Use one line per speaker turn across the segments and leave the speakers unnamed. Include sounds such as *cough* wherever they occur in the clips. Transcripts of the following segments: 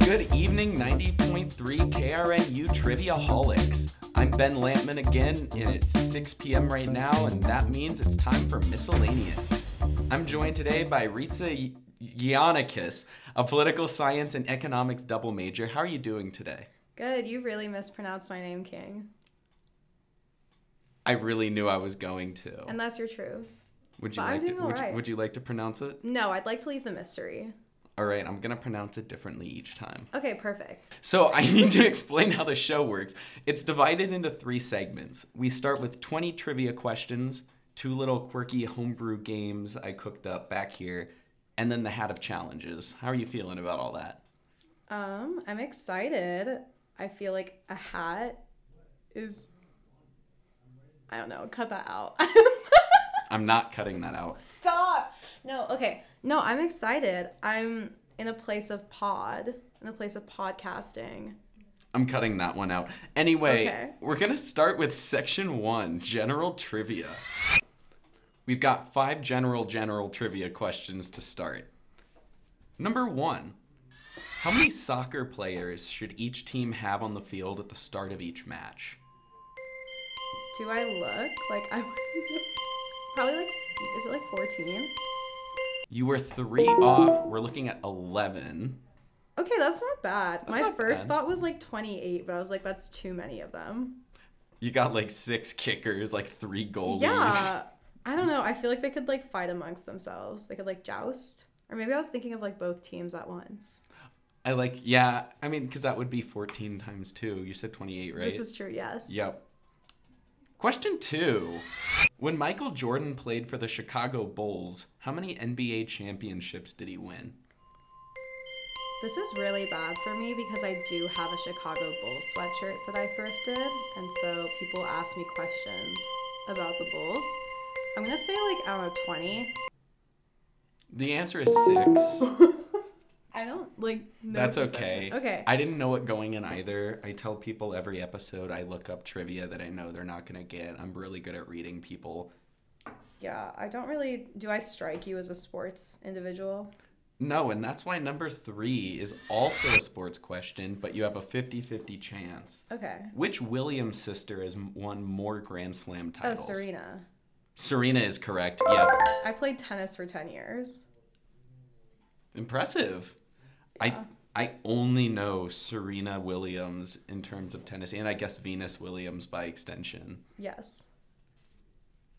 Good evening, 90.3 KRNU Triviaholics. I'm Ben Lampman again, and it's 6 p.m. right now, and that means it's time for Miscellaneous. I'm joined today by Ritza Yannikis, a political science and economics double major. How are you doing today?
Good, you really mispronounced my name, King.
I really knew I was going to.
And that's your true.
Would you
but I'm
like to,
doing all
would, you,
right.
would you like to pronounce it?
No, I'd like to leave the mystery.
All right, I'm gonna pronounce it differently each time.
Okay, perfect.
So *laughs* I need to explain how the show works. It's divided into three segments. We start with 20 trivia questions, two little quirky homebrew games I cooked up back here, and then the hat of challenges. How are you feeling about all that?
Um, I'm excited. I feel like a hat is I don't know, cut that out. *laughs*
I'm not cutting that out.
Stop. No, okay. No, I'm excited. I'm in a place of pod, in a place of podcasting.
I'm cutting that one out. Anyway,
Okay.
we're going to start with section one general trivia. We've got five general, general trivia questions to start. Number one How many soccer players should each team have on the field at the start of each match?
Do I look like I *laughs* probably like is it like 14?
You were three off. We're looking at 11.
Okay, that's not bad. My
not bad.
first thought was like 28, but I was like, that's too many of them.
You got like six kickers, like three goalies.
Yeah. I don't know. I feel like they could like fight amongst themselves. They could like joust. Or maybe I was thinking of like both teams at once.
I like, yeah. I mean, because that would be 14 times two. You said 28, right?
This is true, yes.
Yep. Question two. When Michael Jordan played for the Chicago Bulls, how many NBA championships did he win?
This is really bad for me because I do have a Chicago Bulls sweatshirt that I thrifted. And so people ask me questions about the Bulls. I'm going to say like, I don't know,
*laughs*
20.
The answer is six.
I don't like. No
That's okay.
conception. Okay.
I didn't know it going in either. I tell people every episode I look up trivia that I know they're not going to get. I'm really good at reading people.
yeah. I don't really. Do I strike you as a sports individual?
No, and that's why number three is also a sports question, but you have a 50 50 chance.
Okay.
Which Williams sister has won more Grand Slam
Oh,
titles?
Serena.
Serena is correct. Yep.
I played tennis for 10 years.
Impressive.
Yeah.
I I only know Serena Williams in terms of tennis, and I guess Venus Williams by extension.
Yes.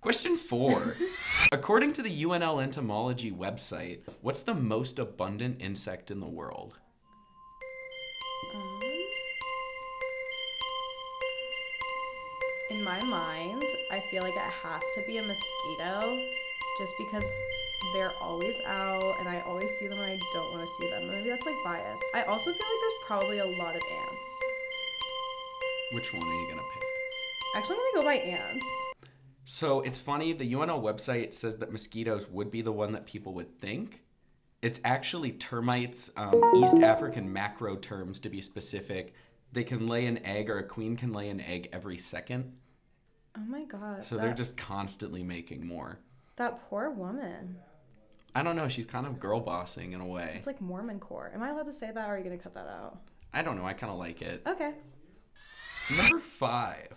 Question four. According to the UNL entomology website, what's the most abundant insect in the world?
Um, in my mind, I feel like it has to be a mosquito just because they're always out and I always see them and I don't want to see them. Maybe that's like bias. I also feel like there's probably a lot of ants.
Which one are you gonna pick?
Actually, I'm gonna go by ants.
So it's funny, the UNL website says that mosquitoes would be the one that people would think. It's actually termites, um, East African macro terms to be specific. They can lay an egg, or a queen can lay an egg every second.
Oh my god.
So
that,
they're just constantly making more.
that poor woman.
I don't know. She's kind of girl bossing in a way.
It's like Mormon core. Am I allowed to say that or are you gonna cut that out?
I don't know. I kind of like it.
Okay.
Number five.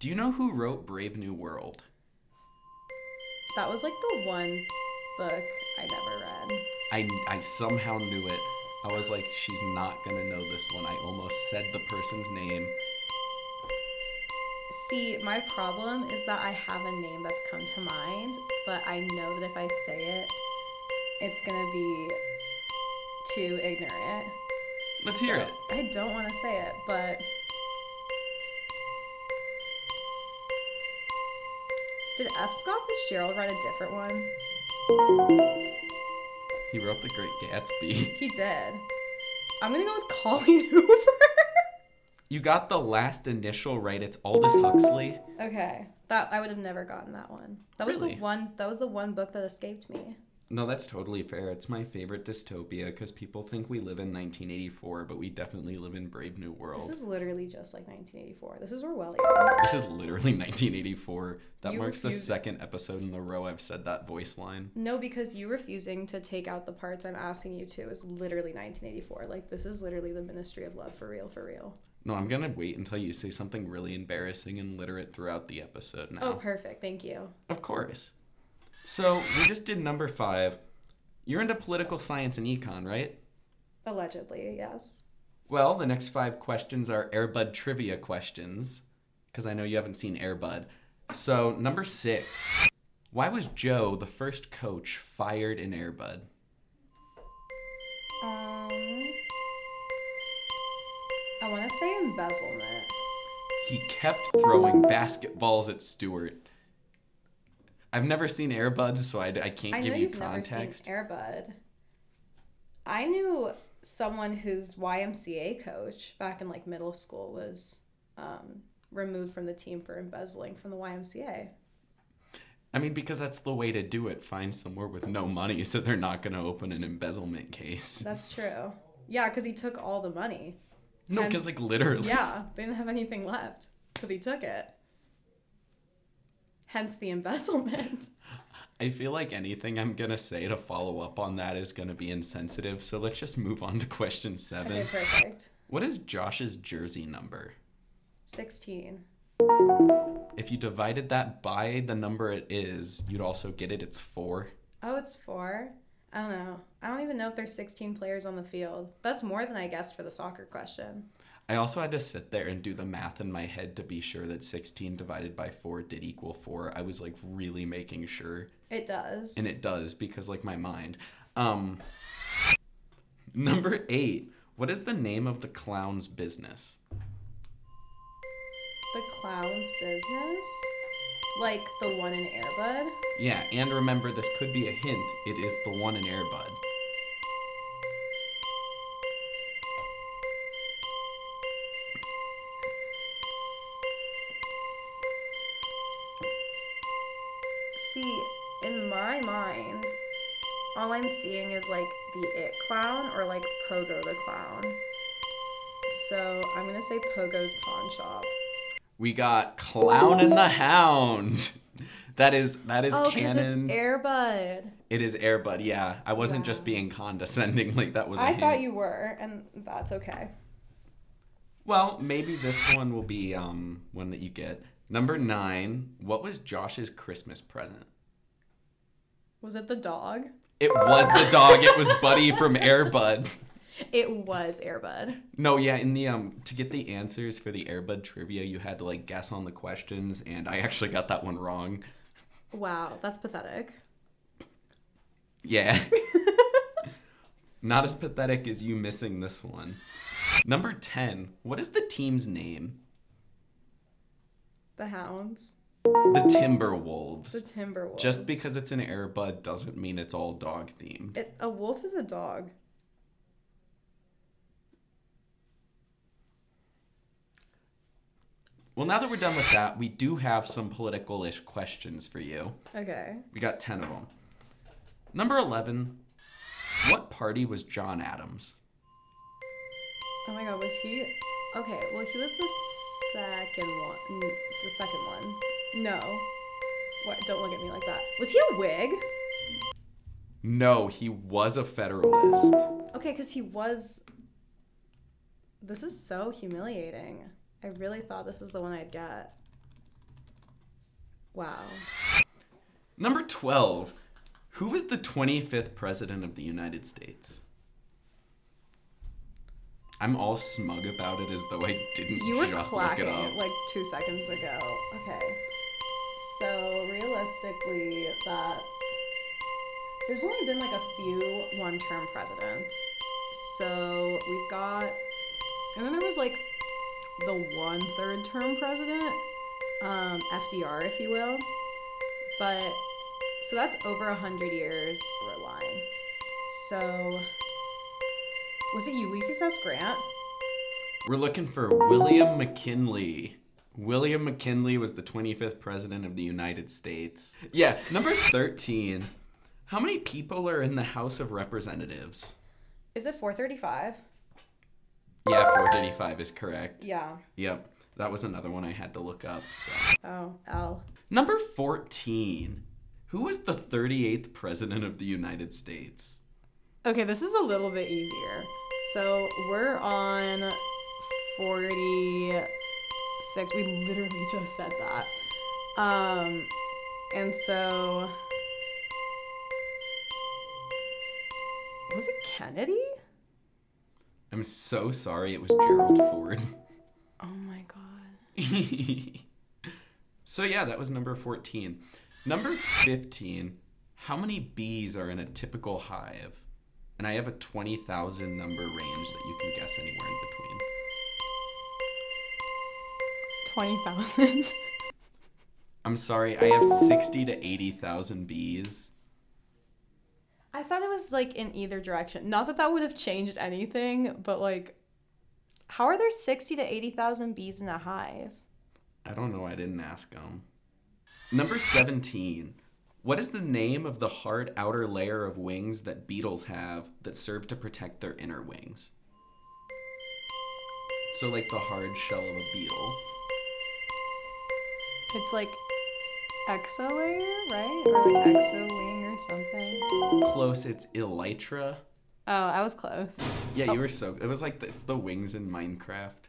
Do you know who wrote Brave New World?
That was like the one book I never read.
I, I somehow knew it. I was like, she's not going to know this one. I almost said the person's name.
See, my problem is that I have a name that's come to mind, but I know that if I say it, it's gonna be too ignorant.
Let's hear it.
I don't want to say it, but did F. Scott Fitzgerald write a different one?
He wrote The Great Gatsby. *laughs*
He did. I'm gonna go with Colleen *laughs* Hoover.
You got the last initial right. It's Aldous Huxley.
okay, that I would have never gotten that one. That was
Really?
the one. That was the one book that escaped me.
No, that's totally fair. It's my favorite dystopia because people think we live in 1984, but we definitely live in Brave New World.
This is literally just like 1984. This is Orwellian.
This is literally *laughs* 1984. That
You
marks the
refuse-
second episode in a row I've said that voice line.
No, because you refusing to take out the parts I'm asking you to is literally 1984. Like this is literally the Ministry of Love for real, for real.
No, I'm gonna wait until you say something really embarrassing and literate throughout the episode now.
Oh, perfect. Thank you.
Of course. So we just did number five. You're into political science and econ, right?
Allegedly, yes.
Well, the next five questions are Airbud trivia questions, because I know you haven't seen Airbud. So number six, why was Joe the first coach fired in Airbud?
Um, I want to say embezzlement.
He kept throwing basketballs at Stewart. I've never seen Airbud, so I, I can't
I
give
know
you
you've never
context.
seen Airbud. I knew someone whose YMCA coach back in like middle school was um, removed from the team for embezzling from the YMCA.
I mean, because that's the way to do it. Find somewhere with no money, *laughs* so they're not going to open an embezzlement case.
That's true. Yeah, because he took all the
*laughs*
money.
No,
And-
because like literally,
Yeah, they didn't have anything left because he took it. Hence the
*laughs*
embezzlement.
I feel like anything I'm gonna say to follow up on that is gonna be insensitive. So let's just move on to question seven.
Okay, perfect.
What is Josh's jersey number?
16.
If you divided that by the number it is, you'd also get it. It's four.
Oh, it's four? I don't know. I don't even know if there's 16 players on the field. That's more than I guessed for the soccer question.
I also had to sit there and do the math in my head to be sure that 16 divided by 4 did equal 4. I was like really making sure.
It does.
and it does because like my mind um number eight what is the name of the clown's business
the clown's business? Like the one in Airbud?
yeah and remember this could be a hint it is the one in airbud
See, in my mind, all I'm seeing is like the it clown or like Pogo the clown. So I'm gonna say Pogo's pawn shop.
we got clown and the hound *laughs* that is that is
oh, because it's
canon
Airbud.
it is airbud yeah i wasn't just
Wow.
being condescending like that was a
I
hint.
thought you were, and that's okay.
well maybe this one will be um one that you get number nine what was josh's christmas present
Was it the dog?
it was the dog it was buddy from airbud
It was Airbud.
No, yeah, in the um to get the answers for the Airbud trivia, you had to like guess on the questions and I actually got that one wrong.
Wow, that's pathetic.
*laughs* Yeah. Not as pathetic as you missing this one. Number 10, what is the team's name?
The hounds,
The
the
Timberwolves.
Timberwolves.
Just because it's an Airbud doesn't mean it's all dog themed.
It, a wolf is a dog.
Well, now that we're done with that, we do have some political-ish questions for you.
Okay.
We got 10 of them. Number 11, what party was John Adams?
Oh my god, was he? Okay, well he was the second one. n- The second one. No. What? Don't look at me like that. Was he a wig?
No, he was a Federalist.
Okay, because he was. This is so humiliating. I really thought this is the one I'd get. Wow.
Number 12. Who was the 25th President of the United States? I'm all smug about it as though I didn't
You were
just look it up.
clacking like two seconds ago. Okay. So realistically, that's there's only been like a few one-term presidents. So we've got, and then there was like the one third-term president, um, FDR, if you will. But so that's over a hundred years. We're lying. So was it Ulysses S. Grant?
We're looking for William McKinley. William McKinley was the 25th President of the United States. Yeah, number 13. How many people are in the House of Representatives?
Is it 435?
Yeah, 435 is correct.
Yeah.
Yep. That was another one I had to look up. so.
Oh, L.
Number 14. Who was the 38th president of the United States?
Okay, this is a little bit easier. So we're on 46. We literally just said that. Um, and so. Was it Kennedy?
I'm so sorry, it was Gerald Ford.
Oh my god.
*laughs* so, yeah, that was number 14. Number 15. How many bees are in a typical hive? And I have a 20,000 number range that you can guess anywhere in between.
20,000.
I'm sorry, I have 60 to 80,000 bees.
*laughs* I thought it was like in either direction. Not that that would have changed anything, but like, how are there 60 to 80,000 bees in a hive?
I don't know. I didn't ask him. Number 17. What is the name of the hard outer layer of wings that beetles have that serve to protect their inner wings? So, like the hard shell of a beetle.
It's like exo layer, right? Or like exo wing or something.
Close, it's elytra.
Oh, I was close.
Yeah, you were so. It was like the, it's the wings in Minecraft.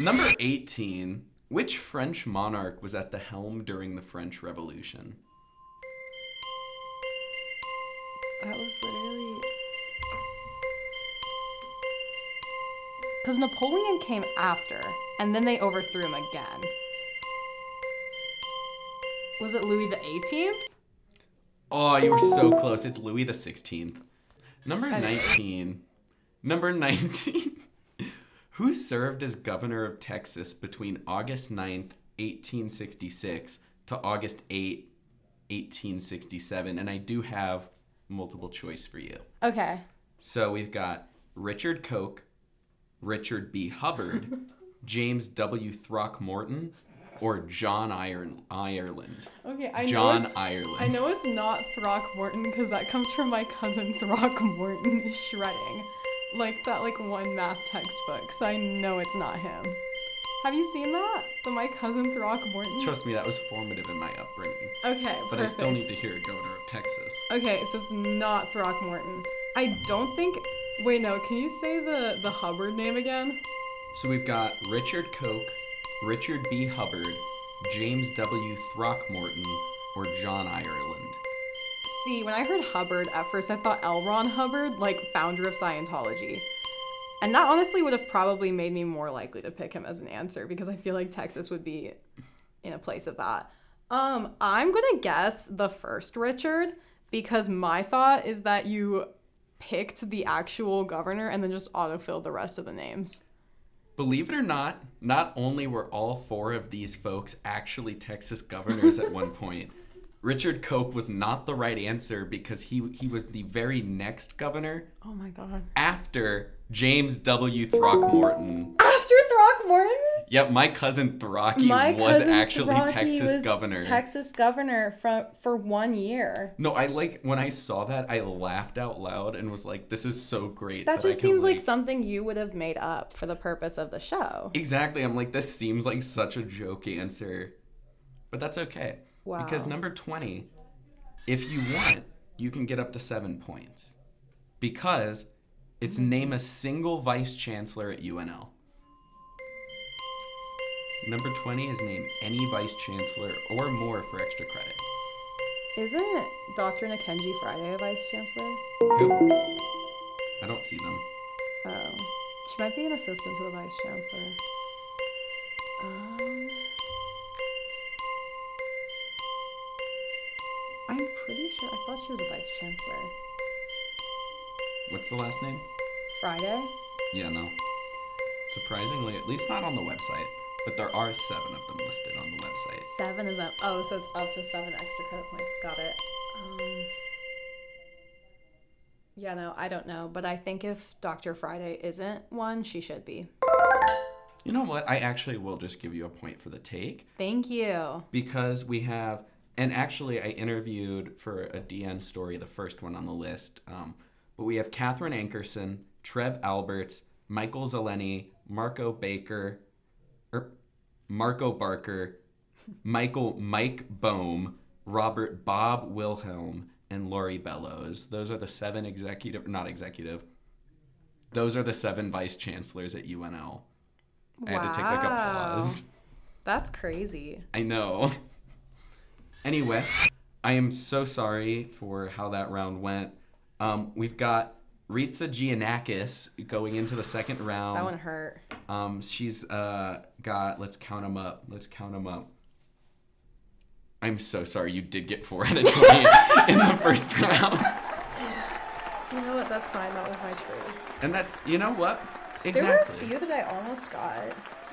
Number 18. Which French monarch was at the helm during the French Revolution?
That was literally. Because Napoleon came after, and then they overthrew him again. Was it Louis the 18th?
Oh, you were so close. It's Louis the 16th. Number
know.
19. Number 19. *laughs* Who served as governor of Texas between August 9th, 1866 to August 8th, 1867? And I do have multiple choice for you.
Okay.
So we've got Richard Koch, Richard B.
*laughs*
Hubbard, James W. Throckmorton, or John Iron- Ireland.
Okay, I
John
know. It's,
Ireland.
I know it's not Throckmorton because that comes from my cousin Throckmorton shredding, like that like one math textbook. So I know it's not him. Have you seen that? The my cousin Throckmorton.
Trust me, that was formative in my upbringing.
okay,
But
perfect.
I still need to hear a governor of Texas.
Okay, so it's not Throckmorton. I don't think. Wait, no. Can you say the the Hubbard name again?
So we've got Richard Koch, Richard B. Hubbard, James W. Throckmorton, or John Ireland.
See, when I heard Hubbard, at first I thought L. Ron Hubbard, like founder of Scientology. And that honestly would have probably made me more likely to pick him as an answer because I feel like Texas would be in a place of that. Um, I'm gonna guess the first Richard because my thought is that you picked the actual governor and then just autofilled the rest of the names.
Believe it or not, not only were all four of these folks actually Texas governors at
*laughs*
one point, Richard Koch was not the right answer because he, he was the very next governor
Oh my god.
after James W. Throckmorton.
After Throckmorton?
Yep, my cousin Throcky was
cousin
actually
Rocky
Texas
was
governor.
Texas governor from for one year.
No, I like when I saw that, I laughed out loud and was like, "This is so great."
That
I
just
can,
seems like something you would have made up for the purpose of the show.
exactly. I'm like, this seems like such a joke answer, but that's okay
Wow.
because number twenty, if you want, you can get up to seven points because it's name a single vice chancellor at UNL. Number twenty is name any vice chancellor or more for extra credit.
Isn't Dr. Nakenji Friday a vice chancellor?
Who? I don't see them.
Oh. She might be an assistant to the vice chancellor. Um, I'm pretty sure. I thought she was a vice chancellor.
What's the last name?
Friday?
Yeah, no. Surprisingly, at least not on the website, but there are seven of them listed on the website.
Seven of them. Oh, so it's up to seven extra credit points. Got it. Um, yeah, no, I don't know, but I think if Dr. Friday isn't one, she should be.
You know what? I actually will just give you a point for the take
Thank you.
because we have And actually, I interviewed for a DN story, the first one on the list. Um, but we have Catherine Ankerson, Trev Alberts, Michael Zeleny, Marco Baker, er, Marco Barker, Michael Mike Bohm, Robert Bob Wilhelm, and Lori Bellows. Those are the seven executive, not executive. Those are the seven vice chancellors at UNL. I had to take like a
Wow.
pause.
That's crazy.
I know. *laughs* Anyway, I am so sorry for how that round went. Um, we've got Ritza Giannakis going into the second round.
That one hurt.
Um, she's uh, got. Let's count them up. Let's count them up. I'm so sorry. You did get four out of
*laughs*
twenty in the first round,
You know what? That's fine. That was my trade.
and that's you know what
There
exactly.
were a few that I almost got,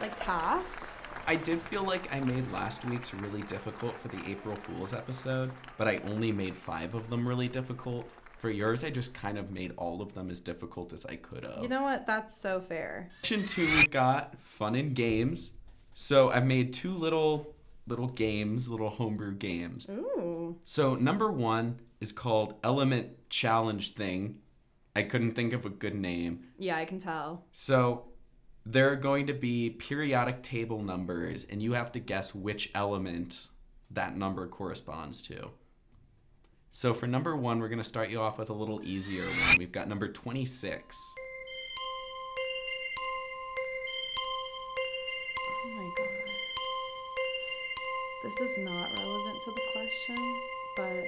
like Taft.
I did feel like I made last week's really difficult for the April Fools episode, but I only made five of them really difficult. For yours, I just kind of made all of them as difficult as I could have.
You know what? That's so fair.
Section two, we've got fun and games. So I made two little little games, little homebrew games.
Ooh.
So number one is called Element Challenge Thing. I couldn't think of a good name.
Yeah, I can tell.
So there are going to be periodic table numbers, and you have to guess which element that number corresponds to. So for number one, we're going to start you off with a little easier one. We've got number 26.
Oh my god. This is not relevant to the question, but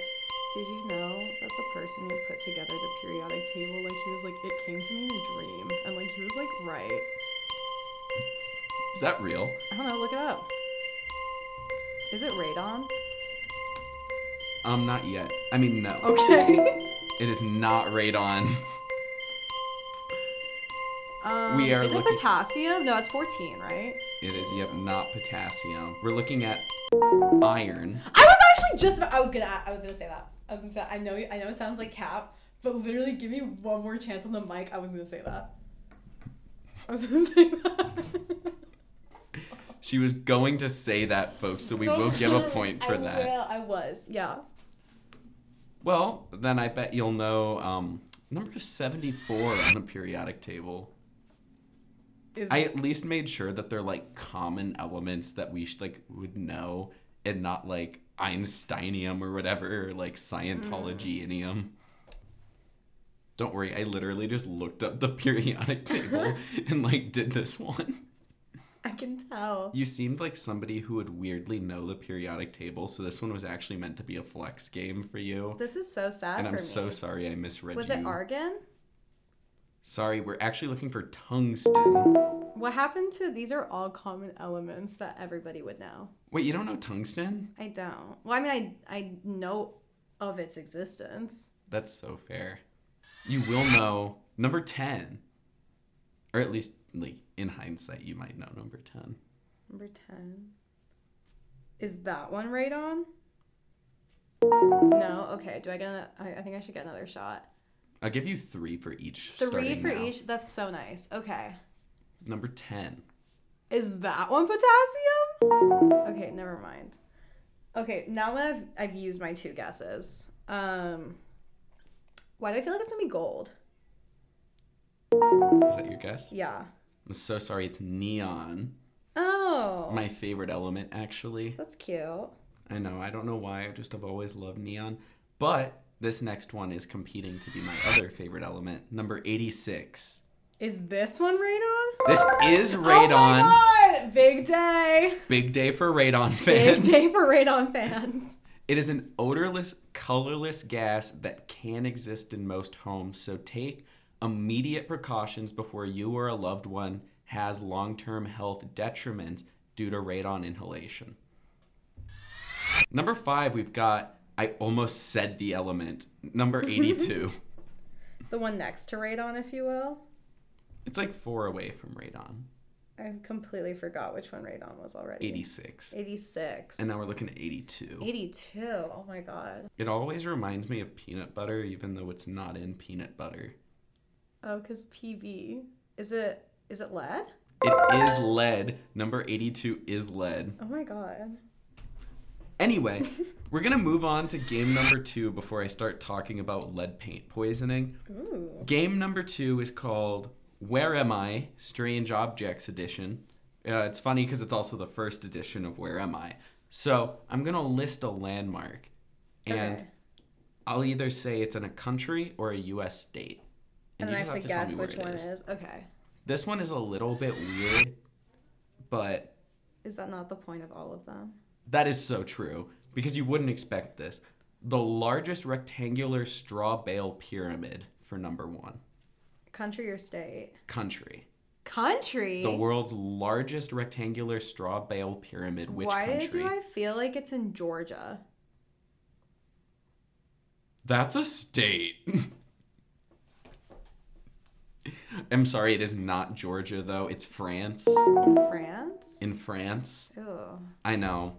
did you know that the person who put together the periodic table, like he was like, it came to me in a dream, and like he was like, right.
Is that real?
I don't know. Look it up. Is it radon?
Um, not yet. I mean, no.
Okay.
*laughs* It is not radon.
*laughs* um,
We are
Is
looking-
it potassium? No, it's 14, right?
It is, yep, not potassium. We're looking at iron.
I was actually just about, I was gonna I was gonna say that. I was gonna say I know I know it sounds like cap, but literally give me one more chance on the mic. I was gonna say that. I was gonna *laughs* say that.
She was going to say that, folks, so we will give
*laughs*
a point for
I
that.
will, I was, yeah.
Well, then I bet you'll know um, number 74 on the periodic table.
Is
I at least made sure that they're like common elements that we should, like would know and not like Einsteinium or whatever, or, like
Mm.
Scientologyinium. Don't worry, I literally just looked up the *laughs* periodic
*laughs*
table and like did this one.
I can tell.
You seemed like somebody who would weirdly know the periodic table, so this one was actually meant to be a flex game for you.
This is so sad
And
for
I'm
me.
so sorry I misread
was
you.
it argon?
Sorry, we're actually looking for tungsten.
What happened to these are all common elements that everybody would know.
Wait, you don't know tungsten?
I don't. Well, I mean I I know of its existence.
That's so fair. You will know number 10. Or at least like in hindsight you might know number 10.
Number 10. Is that one radon? No? Okay. Do I get an- I I think I should get another shot.
I'll give you 3 for each
Three
starting
for
now.
each. That's so nice. Okay.
Number 10.
Is that one potassium? Okay, never mind. Okay, now that I've, I've used my two guesses, um, why do I feel like it's gonna be gold?
Is that your guess?
Yeah.
I'm so sorry it's neon.
Oh,
My favorite element actually.
that's cute.
I know, I don't know why, I just have always loved neon, but this next one is competing to be my other favorite element, number 86.
Is this one radon?
This is
Oh
radon.
my God! Big day.
Big day for radon
Big
fans.
day for radon fans.
It is an odorless, colorless gas that can exist in most homes, so take immediate precautions before you or a loved one has long term health detriments due to radon inhalation. Number five, we've got I almost said the element. Number 82.
The one next to radon, if you will.
it's like four away from radon.
I completely forgot which one radon was already.
86.
86.
And now we're looking at 82.
82. Oh my god.
It always reminds me of peanut butter, even though it's not in peanut butter.
Oh, because PB. Is it is it lead?
It is lead. Number 82 is lead.
Oh my god. *laughs*
Anyway, we're gonna move on to game number two before I start talking about lead paint poisoning.
Ooh.
Game number two is called Where Am I? Strange Objects Edition. Uh, it's funny because it's also the first edition of Where Am I? So I'm going to list a landmark and
Okay.
I'll either say it's in a country or a U.S. state.
And, I
you
have
just
to
tell
guess
me where
which
it
one is. Okay.
This one is a little bit weird, but
Is that not the point of all of them?
That is so true because you wouldn't expect this. The largest rectangular straw bale pyramid for number one
Country or state?
country.
Country.
The world's largest rectangular straw bale pyramid. Which
Why
country?
do I feel like it's in Georgia?
That's a state. *laughs* I'm sorry, it is not Georgia though. It's France.
France?
In France.
Ew.
I know.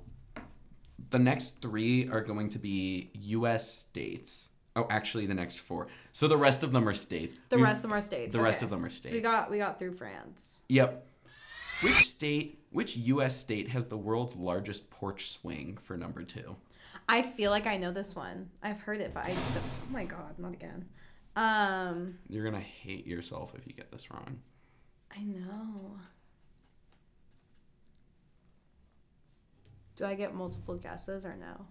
The next three are going to be U.S. states. Oh, actually, the next four. So the rest of them are states.
The
We've-
rest of them are states.
the rest
okay.
of them are
So we
states.
got we got through France.
Yep. Which state? Which U.S. state has the world's largest porch swing for number two?
I feel like I know this one. I've heard it, but I don't. Oh my god, not again. Um,
You're gonna hate yourself if you get this wrong.
I know. Do I get multiple guesses or no?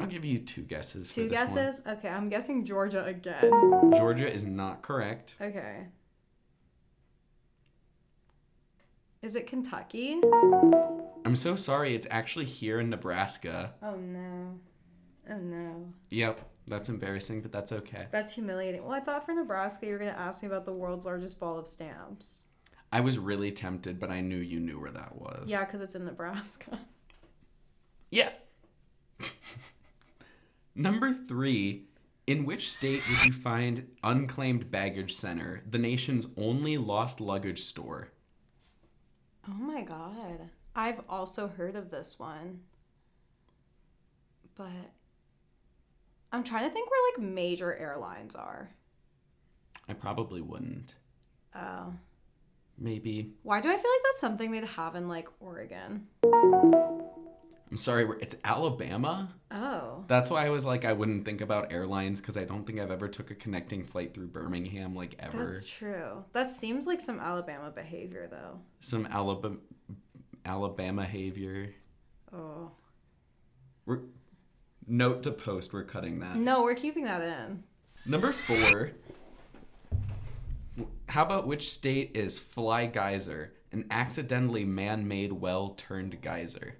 I'll give you two guesses.
Two
for this one.
guesses? Okay, I'm guessing Georgia again.
Georgia is not correct.
Okay. Is it Kentucky?
I'm so sorry. It's actually here in Nebraska.
Oh no. Oh no.
Yep, that's embarrassing, but that's okay.
That's humiliating. Well, I thought for Nebraska you were going to ask me about the world's largest ball of stamps.
I was really tempted, but I knew you knew where that was.
Yeah, because it's in Nebraska. *laughs*
Yeah. Number three, in which state would you find Unclaimed Baggage Center, the nation's only lost luggage store?
Oh my god. I've also heard of this one. But I'm trying to think where like major airlines are.
I probably wouldn't.
Oh.
Maybe.
Why do I feel like that's something they'd have in like Oregon?
I'm sorry, we're- it's Alabama?
Oh.
That's why I was like, I wouldn't think about airlines because I don't think I've ever took a connecting flight through Birmingham, like ever.
That's true. That seems like some Alabama behavior though.
Some Alabama, Alabama behavior.
Oh.
We're, note to post, we're cutting that.
No, we're keeping that in.
Number four. How about which state is Fly Geyser, an accidentally man made well turned geyser?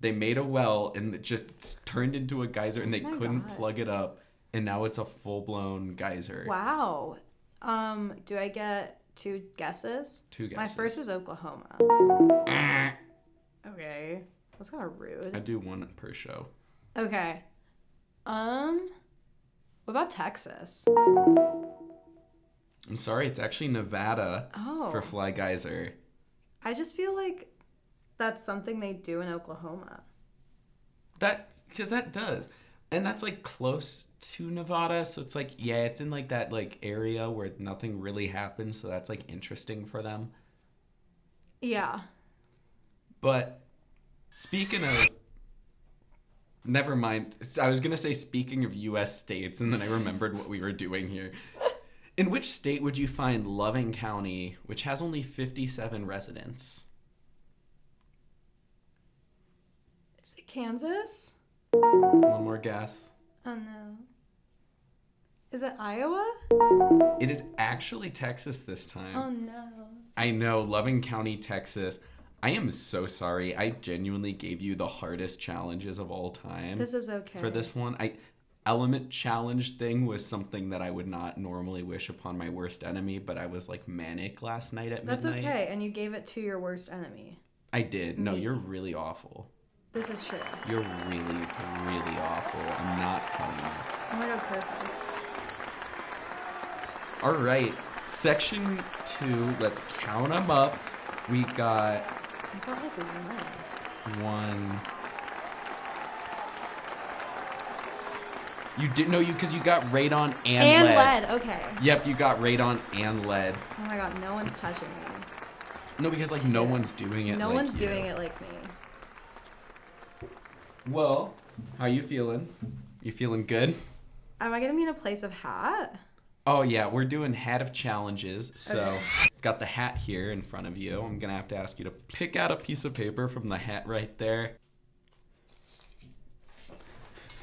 They made a well and it just s- turned into a geyser and they
my
couldn't
God.
plug it up. And now it's a full blown geyser.
Wow. Um, do I get two guesses?
Two
My
guesses.
first was Oklahoma. Okay. That's kind of
I
rude.
do one per show.
Okay. Um what about Texas?
I'm sorry, it's actually Nevada
Oh.
for Fly Geyser.
I just feel like that's something they do in Oklahoma.
That because that does, and that's like close to Nevada, so it's like yeah, it's in like that like area where nothing really happens, so that's like interesting for them.
Yeah.
But speaking of, never mind. I was gonna say speaking of U.S. states, and then I remembered what we were doing here. In which state would you find Loving County, which has only fifty-seven residents?
Is it Kansas?
One more guess.
Oh no. Is it Iowa?
It is actually Texas this time.
Oh no.
I know, Loving County, Texas. I am so sorry. I genuinely gave you the hardest challenges of all time
This is okay.
for this one. I element challenge thing was something that I would not normally wish upon my worst enemy, but I was like manic last night at
That's
midnight.
okay. And you gave it to your worst enemy.
I did. No,
Me.
you're really awful.
This is true.
You're really, really awful. I'm not cutting this.
Oh my god, perfect.
All right, section two. Let's count them up. We got
I felt like one.
one. You didn't know you because you got radon and,
And,
lead.
lead. Okay.
Yep, you got radon and lead.
Oh my god, no one's touching me.
No, because like no
Shit.
one's doing it.
no
like
one's
you.
doing it like me.
Well, how you feeling? You feeling good?
Am I gonna be in a place of hat?
Oh yeah, we're doing hat of challenges. So
Okay.
got the hat here in front of you. I'm gonna have to ask you to pick out a piece of paper from the hat right there.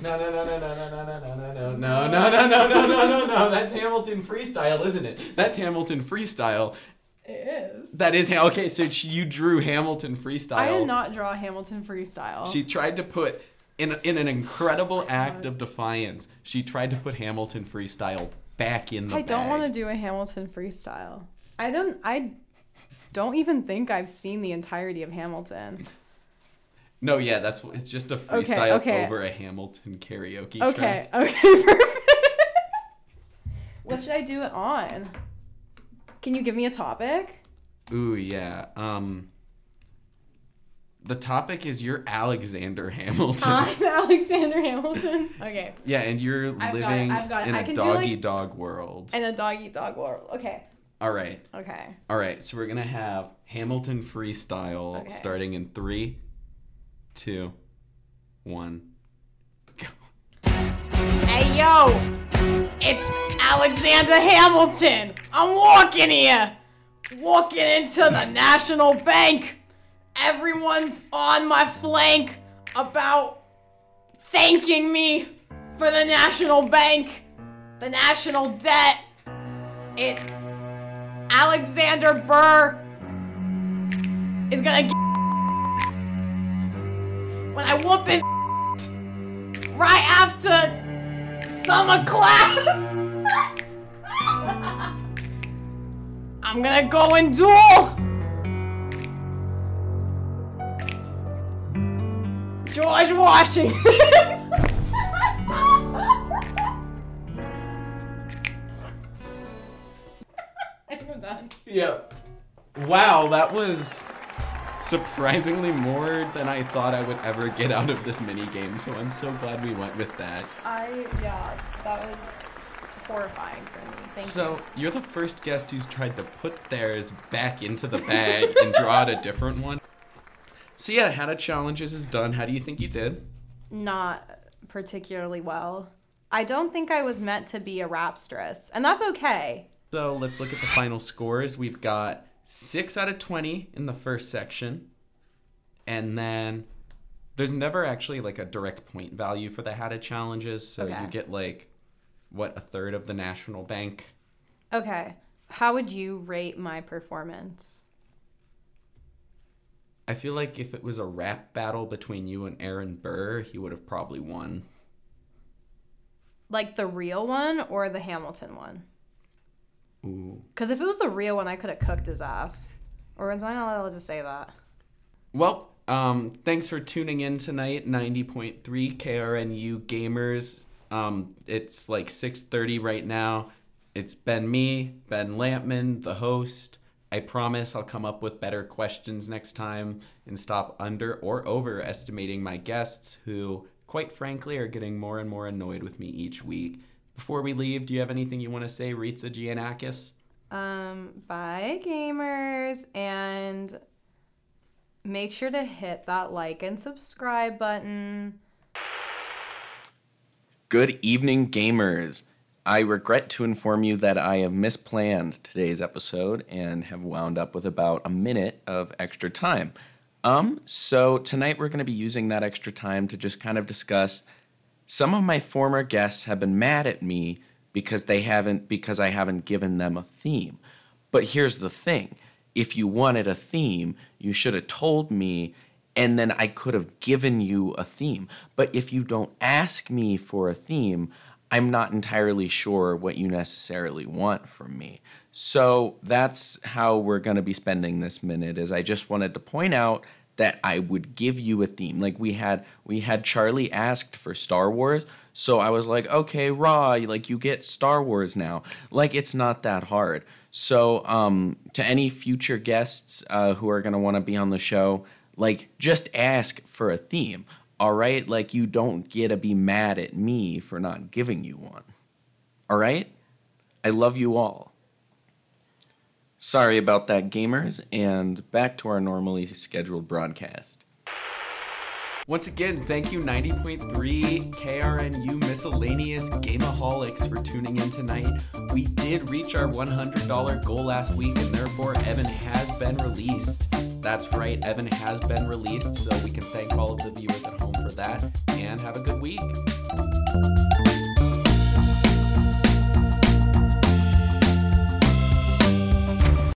No no no no no no no no no no no no no no no no no no that's Hamilton freestyle, isn't it? That's Hamilton freestyle.
It is.
That is Ha- okay. So she- you drew Hamilton freestyle.
I did not draw Hamilton freestyle.
She tried to put in in an incredible act of defiance. She tried to put Hamilton freestyle back in the.
I don't want
bag.
to do a Hamilton freestyle. I don't. I don't even think I've seen the entirety of Hamilton.
No, yeah, that's what- it's just a
Okay,
freestyle
okay.
over a Hamilton karaoke
Okay.
track.
*laughs* Okay. Perfect. what should I do it on? Can you give me a topic?
*laughs* Ooh, yeah. Um the topic is you're Alexander *laughs* Hamilton.
I'm Alexander Hamilton. Okay.
yeah, and you're
got it,
living
I've got it.
in
I
a
can do,
dog
like-
dog world.
And a doggy dog world. Okay.
All right.
Okay.
All right. So we're going to have Hamilton freestyle
Okay.
starting in three, two, one, go.
Hey yo, it's Alexander Hamilton. I'm walking here, walking into the National Bank. Everyone's on my flank about thanking me for the National Bank, the national debt. It's Alexander Burr is gonna get when I whoop his *laughs* right after summer class. I'm gonna go and duel. George Washington. *laughs* I'm done.
Yep. Wow, that was surprisingly more than I thought I would ever get out of this mini game. So I'm so glad we went with that.
I yeah, that was horrifying for me. Thank
So you're the first guest who's tried to put theirs back into the bag and draw out a different one. So yeah, how to challenges is done. How do you think you did?
not particularly well. I don't think I was meant to be a rapstress, and that's okay.
So let's look at the final scores. We've got six out of 20 in the first section. And then there's never actually like a direct point value for the Hatta challenges. So
Okay.
you get like, what, a third of the National Bank?
Okay. How would you rate my performance?
I feel like if it was a rap battle between you and Aaron Burr, he would have probably won.
Like the real one or the Hamilton one?
Ooh.
Because if it was the real one, I could have cooked his ass. Or am I not allowed to say that?
Well, um, thanks for tuning in tonight, 90.3 KRNU gamers. Um, it's like 6:30 right now. It's been me, Ben Lampman, the host. I promise I'll come up with better questions next time and stop under or overestimating my guests who, quite frankly, are getting more and more annoyed with me each week. Before we leave, do you have anything you want to say, Ritza Giannakis?
Um, bye, gamers. And make sure to hit that like and subscribe button.
Good evening, gamers. I regret to inform you that I have misplanned today's episode and have wound up with about a minute of extra time. Um, so tonight we're going to be using that extra time to just kind of discuss some of my former guests have been mad at me because they haven't because I haven't given them a theme. But here's the thing. If you wanted a theme, you should have told me and then I could have given you a theme. But if you don't ask me for a theme, I'm not entirely sure what you necessarily want from me. So that's how we're going to be spending this minute is I just wanted to point out that I would give you a theme. Like we had we had Charlie asked for Star Wars, so I was like, okay, raw, like you get Star Wars now. Like it's not that hard. So um, to any future guests uh, who are gonna want to be on the show, like just ask for a theme. All right, like you don't get to be mad at me for not giving you one. All right, I love you all. Sorry about that, gamers, and back to our normally scheduled broadcast. Once again, thank you 90.3 KRNU miscellaneous gameaholics for tuning in tonight. We did reach our $100 goal last week, and therefore Evan has been released. That's right, Evan has been released, so we can thank all of the viewers at home for that, and have a good week.